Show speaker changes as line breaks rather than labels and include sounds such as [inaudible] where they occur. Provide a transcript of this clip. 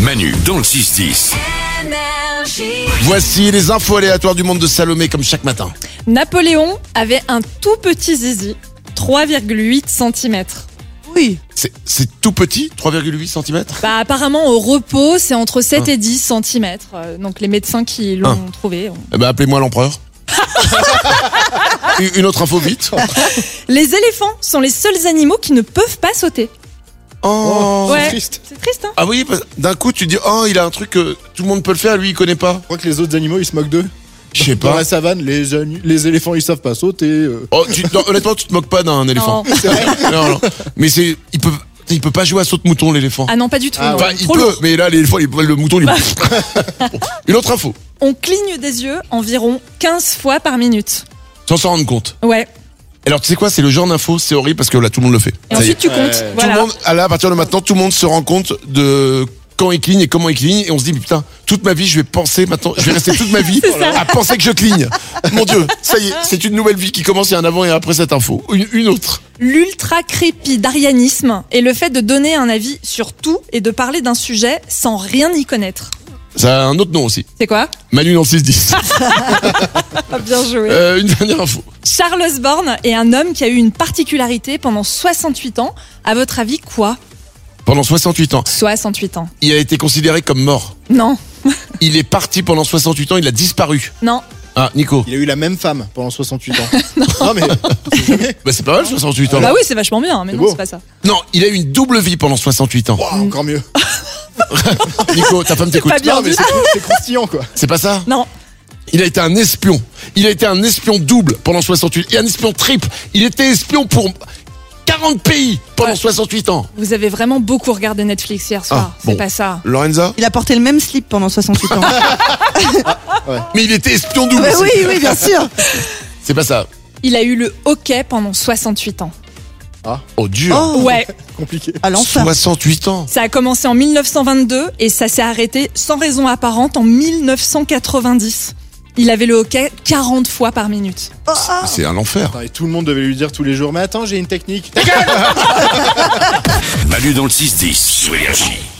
Manu dans le 6-10.
Voici les infos aléatoires du monde de Salomé comme chaque matin.
Napoléon avait un tout petit zizi, 3,8 cm.
Oui.
C'est- C'est tout petit, 3,8 cm
Bah, apparemment, au repos, c'est entre
Ah.
7 et 10 cm. Donc, les médecins qui l'ont trouvé. ont-
Eh ben appelez-moi l'empereur. Une- Une autre info vite.
Les éléphants sont les seuls animaux qui ne peuvent pas sauter.
Oh.
Ouais.
triste.
C'est triste, hein
Ah oui, parce- d'un coup tu dis oh il a un truc que tout le monde peut le faire, lui il connaît pas.
Je crois que les autres animaux ils se moquent d'eux.
Je sais
Dans
pas.
la savane, les, ani- les éléphants ils savent pas sauter. euh.
Oh, tu- non, honnêtement tu te moques pas d'un éléphant.
Non.
Non, non. Mais c'est il peut il peut pas jouer à saute mouton l'éléphant.
Ah non, pas du tout. non.
Enfin il
Trop
peut,
lourd.
mais là l'éléphant il- le mouton lui. Une autre info,
On cligne des yeux environ 15 fois par minute.
sans s'en rendre compte.
Ouais.
Alors tu sais quoi, c'est le genre d'info, c'est horrible parce que là tout le monde le fait.
Et
Ça y est.
ensuite, tu comptes.
Ouais.
Tout
Voilà.
le monde, à, là, à partir de maintenant, tout le monde se rend compte de quand il cligne et comment il cligne. Et on se dit, putain, toute ma vie, je vais penser maintenant, je vais rester toute ma
[laughs]
vie à penser que je cligne. Mon Dieu, ça y est, c'est une nouvelle vie qui commence. Il y a un avant et un après cette info. Une, une autre.
L'ultra-crépidarianisme est le fait de donner un avis sur tout et de parler d'un sujet sans rien y connaître.
Ça a un autre nom aussi.
C'est quoi
Manu dans le
[laughs]
6-10.
Ah, Bien joué.
Euh, une dernière info.
Charles Osborne est un homme qui a eu une particularité pendant 68 ans. À votre avis, quoi
Pendant 68 ans,
68 ans.
il a été considéré comme mort.
Non,
Il est parti pendant 68 ans, il a disparu.
non.
Ah, Nico.
Il a eu la même femme pendant 68 ans. non. mais
Bah, c'est pas mal, 68 ans.
Bah oui, c'est vachement bien, mais
C'est
non,
beau.
c'est pas ça.
Non, il a eu une double vie pendant 68 ans.
Ouah, encore mieux.
Nico, ta
[laughs]
femme t'écoute.
pas bien
non, mais
dit.
c'est c'est croustillant quoi.
C'est pas ça
Non,
Il a été un espion. Il a été un espion double pendant 68 et un espion triple. Il était espion pour 40 pays pendant 68 ans.
vous avez vraiment beaucoup regardé Netflix hier soir.
Ah,
c'est
bon.
pas ça.
Lorenza
Il a porté le même slip pendant 68 ans.
Mais il était espion double.
Mais
c'est-
Ah, bah oui, oui, bien sûr.
C'est pas ça.
Il a eu le hockey pendant 68 ans.
Oh dur.
Oh,
Ouais,
Compliqué.
À Ah, l'enfer.
68 ans.
ça a commencé en 1922 et ça s'est arrêté sans raison apparente en 1990. Il avait le hockey 40 fois par minute.
Ah.
C'est un enfer.
Attends, et tout le monde devait lui dire tous les jours Mais attends, j'ai une technique.
Manu dans le 6-10. Sous Énergie.